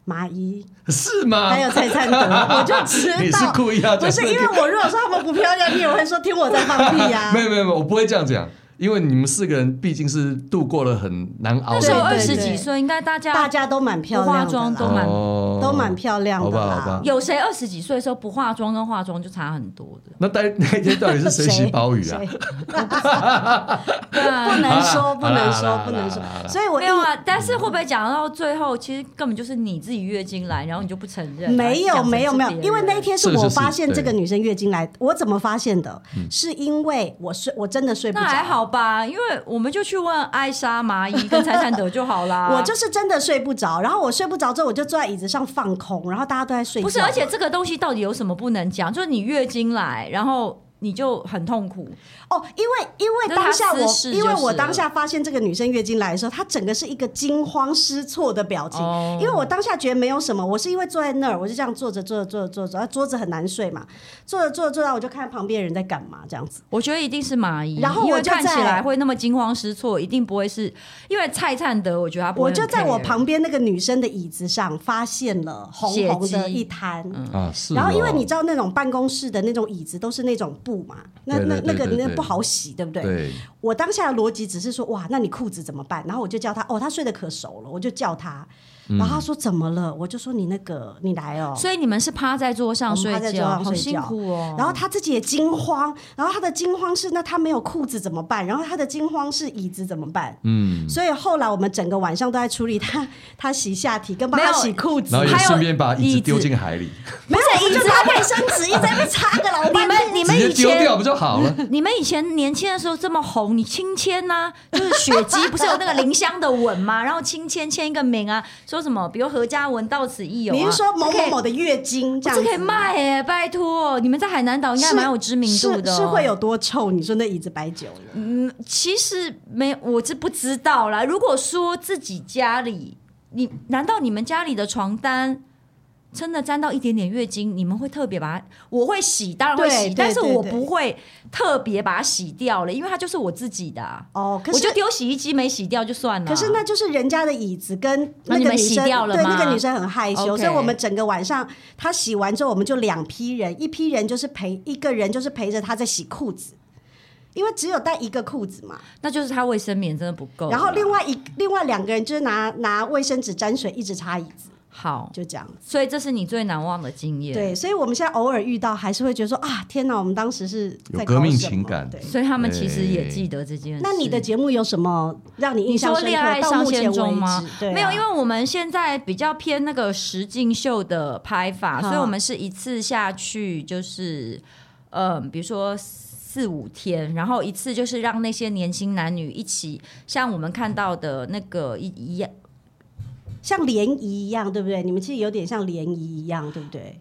S3: 麻衣
S4: 是吗？
S3: 还有蔡灿德，我就知道
S4: 你是故意要讲
S3: 不是
S4: 这个
S3: 因为我如果说他们不漂亮，你也会说听我在放屁呀、
S4: 没有没有没有，我不会这样讲，因为你们四个人毕竟是度过了很难
S1: 那
S4: 熬的
S1: 时候二
S3: 对
S1: 十
S3: 对
S1: 几岁，应该大家
S3: 大家都蛮漂亮的啦，
S1: 不化妆都蛮
S4: 哦
S3: 都蛮漂亮的啦
S4: 好吧好吧
S1: 有谁二十几岁的时候不化妆跟化妆就差很多的？
S4: 那那 那一天到底是谁洗鲍鱼啊？
S3: 谁
S1: 对啊
S3: 不能说，不能
S4: 好啦
S3: 说，
S4: 好啦
S3: 不能说
S4: 好啦好啦。
S3: 所以我
S1: 没有啊，但是会不会讲到最后，其实根本就是你自己月经来，然后你就不承认？
S3: 没
S1: 然
S3: 有
S1: 后讲成
S3: 没有
S1: 是
S3: 没有
S1: 别，人
S3: 因为那一天是
S4: 这个
S3: 我
S4: 就是
S3: 发现
S4: 对
S3: 这个女生月经来，我怎么发现的？是因为我睡，我真的睡不
S1: 那
S3: 着。
S1: 还好吧，因为我们就去问艾莎、麻衣跟蔡灿德就好啦。
S3: 我就是真的睡不着，然后我睡不着之后，我就坐在椅子上放空，然后大家都在睡觉。
S1: 不是，而且这个东西到底有什么不能讲？就是你月经来，然后你就很痛苦，
S3: 哦，因为因
S1: 那
S3: 为
S1: 她
S3: 当下我
S1: 私事，
S3: 因为
S1: 就是
S3: 我
S1: 了
S3: 当下发现这个女生月经来的时候，她整个是一个惊慌失措的表情，
S1: 哦
S3: 因为我当下觉得没有什么，我是因为坐在那儿，我就这样坐着坐着坐着坐着，啊桌子很难睡嘛，坐着坐着坐着，我就看旁边人在干嘛这样子。
S1: 我觉得一定是麻衣，
S3: 然后
S1: 因为
S3: 我就
S1: 看起
S3: 在
S1: 来会那么惊慌失措，一定不会是因为蔡灿德，我觉得他不会
S3: 我
S1: 很 care。
S3: 就在我旁边那个女生的椅子上发现了红红
S1: 血
S3: 的
S1: 迹嗯
S3: 一滩。
S4: 啊，是哦。
S3: 然后，因为你知道那种办公室的那种椅子都是那种布嘛，那那那
S4: 对对
S3: 个
S4: 对对
S3: 那
S4: 对
S3: 不好洗，对不对？
S4: 对，
S3: 我当下的逻辑只是说，哇，那你裤子怎么办？然后我就叫他，哦，他睡得可熟了，我就叫他，然
S4: 嗯
S3: 后他说怎么了？我就说你那个你来哦，
S1: 所以你们是趴在桌上
S3: 我们
S1: 睡
S3: 趴哦在桌
S1: 觉，
S3: 上
S1: 好
S3: 睡
S1: 辛
S3: 觉
S1: 苦哦。
S3: 然后他自己也惊慌，然后他的惊慌是那他没有裤子怎么办？然后他的惊慌是椅子怎么办？
S4: 嗯，
S3: 所以后来我们整个晚上都在处理他他洗下体，跟帮
S1: 没
S3: 他
S1: 有
S3: 洗裤子
S4: 然，后也
S1: 还有
S4: 顺便把椅
S1: 椅
S4: 子
S1: 子
S4: 丢进海里，
S3: 没有，我就拿卫生纸一直在那边擦个老半天。
S1: 你
S4: 直
S1: 们
S4: 接
S1: 以
S4: 丢
S1: 前
S4: 掉不就好了？
S1: 你们以前年轻的时候这么红，你亲签呐， 就是雪姬不是有那个林香的吻吗？ 然后亲签签一个名啊，说什么比如何嘉文到此一游、啊，
S3: 你是说某某某
S1: 的？
S3: 的月经这样
S1: 这
S3: 子？
S1: 可以卖哎、拜托！你们在海南岛应该
S3: 是
S1: 蛮有知名度的哦、
S3: 是，是会有多臭？你说那椅子摆久了，
S1: 其实没有，我是不知道啦。如果说自己家里，你难道你们家里的床单真的沾到一点点月经，你们会特别把它？我会洗，当然会
S3: 对
S1: 洗，
S3: 对
S1: 但是
S3: 对
S1: 我
S3: 对
S1: 不会特别把它洗掉了，因为它就是我自己的啊、
S3: 哦，可
S1: 我
S3: 是
S1: 就丢洗衣机没洗掉就算了。
S3: 可是那就是人家的椅子跟那
S1: 嗯那你
S3: 个
S1: 们
S3: 女
S1: 洗
S3: 生，
S1: 掉了
S3: 对
S1: 吗
S3: 那个女生很害羞
S1: OK
S3: 所以我们整个晚上她洗完之后，我们就两批人，一批人就是陪一个人就是陪着她在洗裤子，因为只有带一个裤子嘛。
S1: 那就是它卫生棉真的不够啦。
S3: 然后另外一另外两个人就是拿拿卫生纸沾水一直擦椅子，
S1: 好，
S3: 就这样。
S1: 所以这是你最难忘的经验。，
S3: 对，所以我们现在偶尔遇到，还是会觉得说啊，天哪，我们当时是在
S4: 有
S3: 搞
S4: 革命
S3: 什么
S4: 情感
S3: 对，
S1: 所以他们其实也记得这件事。
S3: 那你的节目有什么让你印
S1: 你
S3: 象
S1: 说
S3: 深刻？
S1: 恋爱
S3: 到
S1: 上
S3: 目前
S1: 线
S3: 为止
S1: 中吗？
S3: 对啊、
S1: 没有，因为我们现在比较偏那个实境秀的拍法，
S3: 嗯
S1: 所以我们是一次下去就是，嗯，比如说。四五天，然后一次就是让那些年轻男女一起，像我们看到的那个一一样，
S3: 像联谊一样，对不对？你们其实有点像联谊一样，对不对？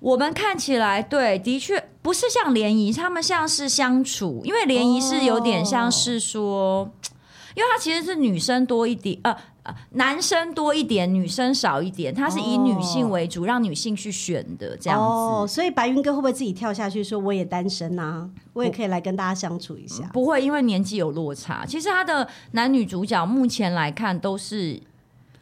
S1: 我们看起来对，的确不是像联谊，他们像是相处，因为联谊是有点像是说，因为它其实是女生多一点，呃。呃男生多一点，女生少一点，它是以女性为主，让女性去选的这样子。
S3: 哦，所以白云哥会不会自己跳下去说我也单身啊？我也可以来跟大家相处一下。
S1: 不会因为年纪有落差。其实他的男女主角目前来看都是。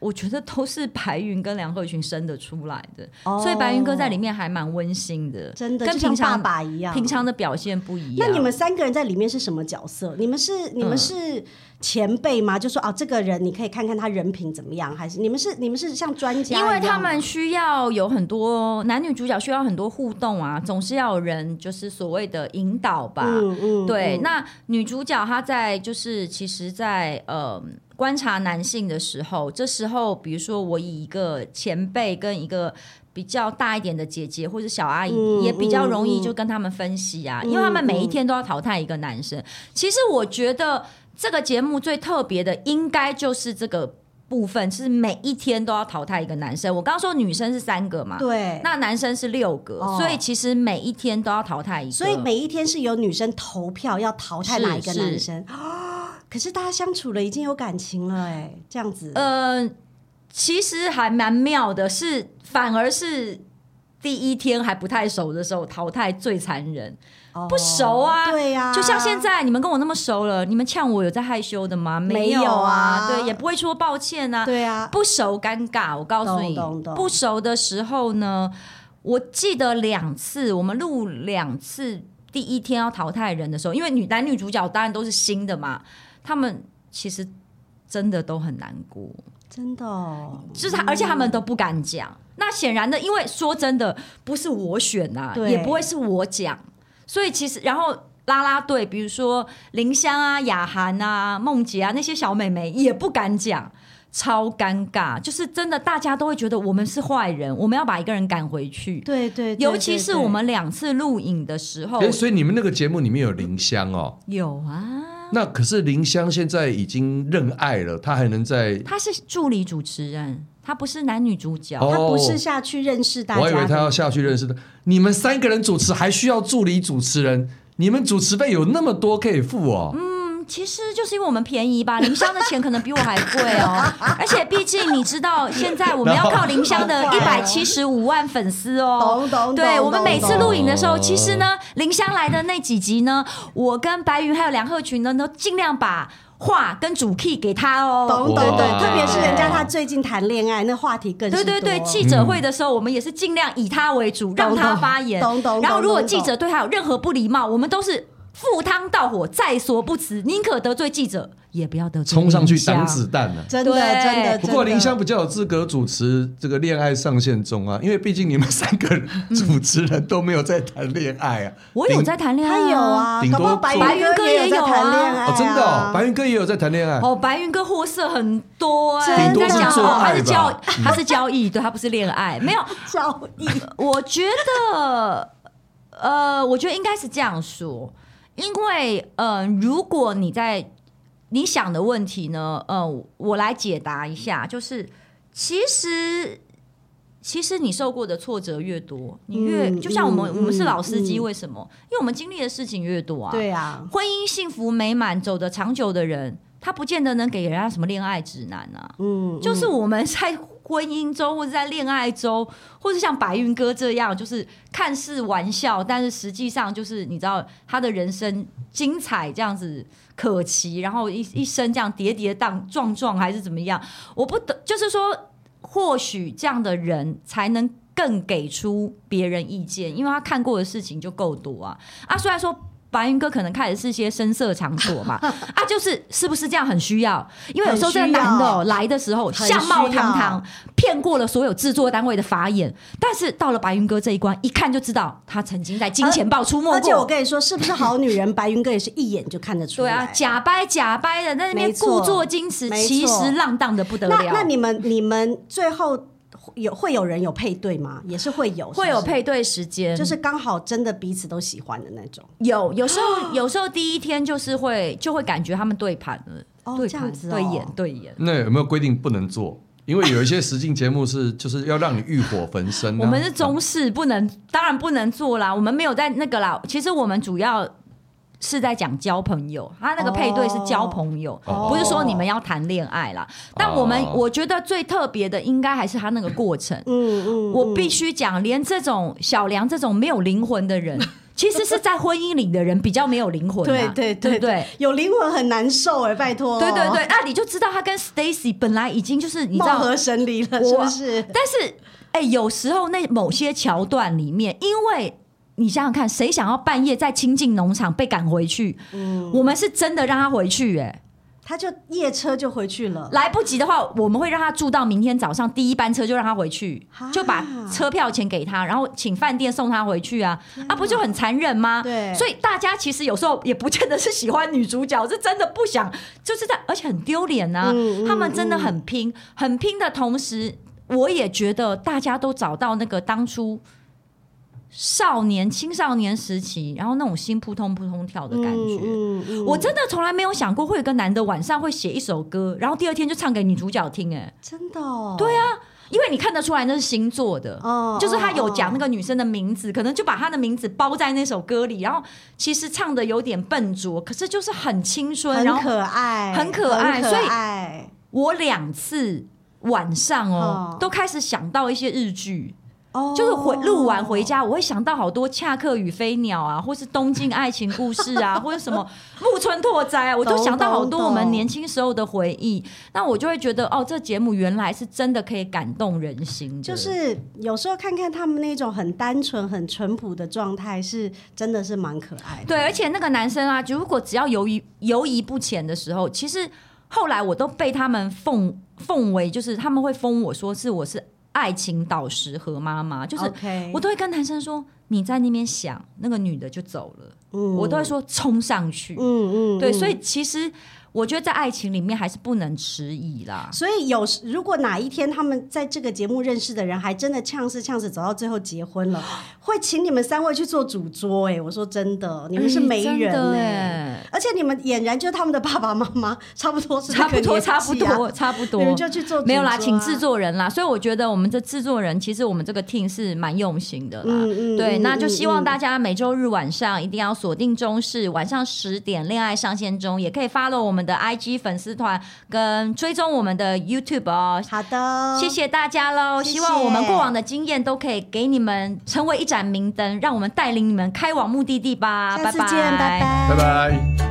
S1: 我觉得都是白云跟梁鹤群生得出来的，
S3: 哦
S1: 所以白云哥在里面还蛮温馨的，
S3: 真的
S1: 跟
S3: 就像
S1: 平常
S3: 爸爸一样
S1: 平常的表现不一
S3: 那
S1: 样。
S3: 你们三个人在里面是什么角色？你们是你们是前辈吗？就说啊，这个人你可以看看他人品怎么样，还是你们是你们是像专家一
S1: 因
S3: 样吗？
S1: 为他们需要有很多男女主角需要很多互动啊，总是要有人就是所谓的引导吧。
S3: 嗯嗯
S1: 对，
S3: 嗯
S1: 那女主角她在就是其实在，呃观察男性的时候，这时候比如说我以一个前辈跟一个。比较大一点的姐姐或者小阿姨、
S3: 嗯
S1: 也比较
S3: 嗯
S1: 容易
S3: 嗯
S1: 就跟他们分析啊，
S3: 嗯
S1: 因为他们每一天都要淘汰一个男生。其实我觉得这个节目最特别的，应该就是这个部分，是每一天都要淘汰一个男生。我刚刚说女生是三个嘛，
S3: 对，
S1: 那男生是六个，
S3: 哦
S1: 所以其实每一天都要淘汰一个。
S3: 所以每一天是由女生投票要淘汰哪一个
S1: 是是
S3: 男生啊？可是大家相处了，已经有感情了，哎，这样子，
S1: 呃，其实还蛮妙的是，反而是第一天还不太熟的时候淘汰最残忍。
S3: 哦
S1: 不熟啊
S3: 对呀，
S1: 就像现在你们跟我那么熟了，你们呛我有在害羞的吗？有
S3: 没有啊
S1: 对，也不会说抱歉啊。
S3: 对啊，
S1: 不熟尴尬，我告诉你
S3: 懂懂懂，
S1: 不熟的时候呢，我记得两次，我们录两次，第一天要淘汰人的时候，因为女男女主角当然都是新的嘛，他们其实真的都很难过。
S3: 真的哦，
S1: 就是他，而且他们都不敢讲。那显然的，因为说真的，不是我选呐、
S3: 对
S1: 也不会是我讲，所以其实然后。啦啦队，比如说林湘啊、雅涵啊、梦洁啊那些小美眉也不敢讲，超尴尬。就是真的，大家都会觉得我们是坏人，我们要把一个人赶回去。
S3: 对对，对
S1: 尤其是我。
S3: 对对
S1: 们两次录影的时候，
S4: 哎，所以你们那个节目里面有林香哦，
S1: 有啊，
S4: 那可是林香现在已经认爱了，她还能在。
S1: 他是助理主持人，他不是男女主角。
S4: 哦
S3: 他不是下去认识大家的，
S4: 我以为她要下去认识的。你们三个人主持还需要助理主持人，你们主持费有那么多可以付哦。
S1: 其实就是因为我们便宜吧，林香的钱可能比我还贵 哦，而且毕竟你知道，现在我们要靠林香的一百七十五万粉丝
S3: 啊
S1: 哦。
S3: 懂懂，
S1: 对
S3: 懂
S1: 我们每次
S3: 懂
S1: 录影的时候，
S4: 懂
S1: 其实呢，林香来的那几集呢，我跟白云还有梁鹤群呢，都尽量把话跟主 key 给他哦。
S3: 懂懂懂，
S4: 哇
S3: 特别是人家他最近谈恋爱，那话题更是
S1: 对对对，
S3: 多
S1: 记者会的时候，我们也是尽量以他为主，让他发言。
S3: 懂懂懂
S1: 然后，如果
S3: 懂懂
S1: 记者对他有任何不礼貌，我们都是赴汤蹈火，在所不辞，宁可得罪记者，也不要得罪
S4: 冲上去
S1: 林香
S4: 挡子弹呢、
S3: 真的
S1: 对
S3: 真的。
S1: 不
S4: 不过
S3: 真的
S4: 林湘比较有资格主持这个恋爱上线中啊，因为毕竟你们三个人主持人都没有在谈恋爱啊。
S1: 我有
S4: 顶
S1: 在谈恋爱、
S3: 他有。啊，
S4: 顶
S3: 搞
S4: 多
S3: 不好白
S1: 白云
S3: 云
S1: 哥
S3: 也
S1: 也
S3: 在
S1: 有啊
S3: 谈恋爱
S4: 哦，真的、哦
S3: 啊，
S4: 白云哥也有在谈恋爱。
S1: 哦，白云哥货色很多
S3: 真
S1: 哎、
S3: 的
S1: 人家讲
S3: 顶多是做
S1: 哦他
S4: 爱
S1: 是交
S4: 吧
S1: 他是交易，对他不是恋爱，没有。
S3: 交 易
S1: 我觉得，呃，我觉得应该是这样说，因为，呃，如果你在你想的问题呢，呃，我来解答一下，就是其实。其实你受过的挫折越多，你越、
S3: 嗯
S1: 就像我们、
S3: 嗯
S1: 我们是老司机，
S3: 嗯
S1: 为什么？因为我们经历的事情越多啊。
S3: 对啊，
S1: 婚姻幸福美满、走得长久的人，他不见得能给人家什么恋爱指南啊。
S3: 嗯，
S1: 就是
S3: 嗯
S1: 我们在婚姻中，或者在恋爱中，或者像白云哥这样，就是看似玩笑，但是实际上就是你知道他的人生精彩这样子可期，然后一一生这样跌跌宕撞撞还是怎么样，我不得就是说，或许这样的人才能。更给出别人意见，因为他看过的事情就够多啊啊！虽然说白云哥可能看的是些深色场所嘛， 啊，就是是不是这样很需要？因为有时候这个
S3: 很需要
S1: 男的哦来的时候
S3: 很
S1: 相貌
S3: 需要
S1: 堂堂，骗过了所有制作单位的法眼，但是到了白云哥这一关，一看就知道他曾经在金钱豹出没
S3: 而且我
S1: 过。
S3: 跟你说，是不是好女人？白云哥也是一眼就看得出
S1: 对
S3: 来。
S1: 啊，假掰假掰的，在那边
S3: 没错
S1: 故作矜持，
S3: 没错
S1: 其实浪荡的不得
S3: 那
S1: 了。
S3: 那你们你们最后有会有人有配对吗？也是会有，是不是
S1: 会有，配对时间，
S3: 就是刚好真的彼此都喜欢的那种。
S1: 有有时候 有时候第一天就是会就会感觉他们对盘了，
S3: 哦
S1: 对
S3: 这
S1: 盘
S3: 样子哦
S1: 对眼对眼。
S4: 那有没有规定不能做？因为有一些实境节目是就是要让你欲火焚身、啊。
S1: 我们是中式，不能，当然不能做啦。我们没有在那个啦。其实我们主要是在讲交朋友，他那个配对是交朋友，
S4: 哦
S1: 不是说你们要谈恋爱啦。但我们、我觉得最特别的，应该还是他那个过程。
S3: 嗯嗯，
S1: 我必须讲，连这种小梁这种没有灵魂的人，其实是在婚姻里的人比较没有灵魂、
S3: 对
S1: 啊。
S3: 对对
S1: 对不对。
S3: 有灵魂很难受哎、拜托。
S1: 对对对，，那你就知道他跟 Stacy 本来已经就是你知
S3: 貌
S1: 道
S3: 合神离了，是
S1: 我
S3: 不是？
S1: 但是，哎、有时候那某些桥段里面，因为你想想看，谁想要半夜在清境农场被赶回去？
S3: 嗯
S1: 我们是真的让他回去、哎，
S3: 他就夜车就回去了。
S1: 来不及的话，我们会让他住到明天早上第一班车，就让他回去
S3: 啊，
S1: 就把车票钱给他，然后请饭店送他回去啊，啊，不就很残忍吗？
S3: 对
S1: 所以大家其实有时候也不见得是喜欢女主角，是真的不想，就是在，而且很丢脸呐
S3: 嗯嗯。嗯
S1: 他们真的很拼，很拼的同时，我也觉得大家都找到那个当初。少年、青少年时期，然后那种心扑通扑通跳的感觉，
S3: 嗯嗯
S1: 我真的从来没有想过会有个男的晚上会写一首歌，然后第二天就唱给女主角听、哎，
S3: 真的、哦，
S1: 对啊，因为你看得出来那是星座的，
S3: 哦
S1: 就是他有讲那
S3: 个，
S1: 个女生的名字，可能就把她的名字包在那首歌里，然后其实唱的有点笨拙，可是就是很青春，然
S3: 很
S1: 后
S3: 可爱，
S1: 很可爱
S3: 很
S1: 所以
S3: 爱
S1: 我两次。晚上哦
S3: 哦
S1: 都开始想到一些日剧
S3: 哦
S1: 就是回录完回家，我会想到好多《恰克与飞鸟》啊，或是《东京爱情故事》 啊，或者什么《木村拓哉》啊，我都
S3: 懂
S1: 想到好多
S3: 懂
S1: 我们
S3: 懂
S1: 年轻时候的回忆。那我就会觉得，哦，这节目原来是真的可以感动人心的，
S3: 就是有时候看看他们那种很单纯、很淳朴的状态，是真的是蛮可爱的。
S1: 对，而且那个男生啊，如果只要犹疑犹疑不前的时候，其实后来我都被他们奉奉为，就是他们会封我说是我是爱情导师和妈妈，就是
S3: ，OK，
S1: 我都会跟男生说你在那边想，那个女的就走了，
S3: 嗯
S1: 我都会，说冲上去。
S3: 嗯嗯，
S1: 对，
S3: 嗯
S1: 所以其实我觉得在爱情里面还是不能迟疑啦。
S3: 所以有时如果哪一天他们在这个节目认识的人，还真的呛是呛是走到最后结婚了，
S1: 啊
S3: 会请你们三位去做主桌、哎，我说真的，你们是媒人
S1: 真的
S3: 哎、
S1: 哎
S3: 而且你们俨然就是他们的爸爸妈妈，差不多是这
S1: 差
S3: 个
S1: 不多，
S3: 年纪啊
S1: 差不多，，差不多
S3: 你。们就去做主
S1: 没有啦，
S3: 桌啊
S1: 请制作人啦。所以我觉得我们这制作人，其实我们这个 team 是蛮用心的啦。
S3: 嗯嗯
S1: 对，
S3: 嗯
S1: 那就希望
S3: 嗯
S1: 大家每周日晚上一定要锁定中视，晚上十点《恋爱上线中》，也可以 follow 我们的 IG 粉丝团，跟追踪我们的 YouTube 哦。
S3: 好的，
S1: 谢。谢大家喽！
S3: 谢谢
S1: 希望我们过往的经验都可以给你们成为一盏明灯，让我们带领你们开往目的地吧。
S3: 下次见，拜拜
S4: 拜拜。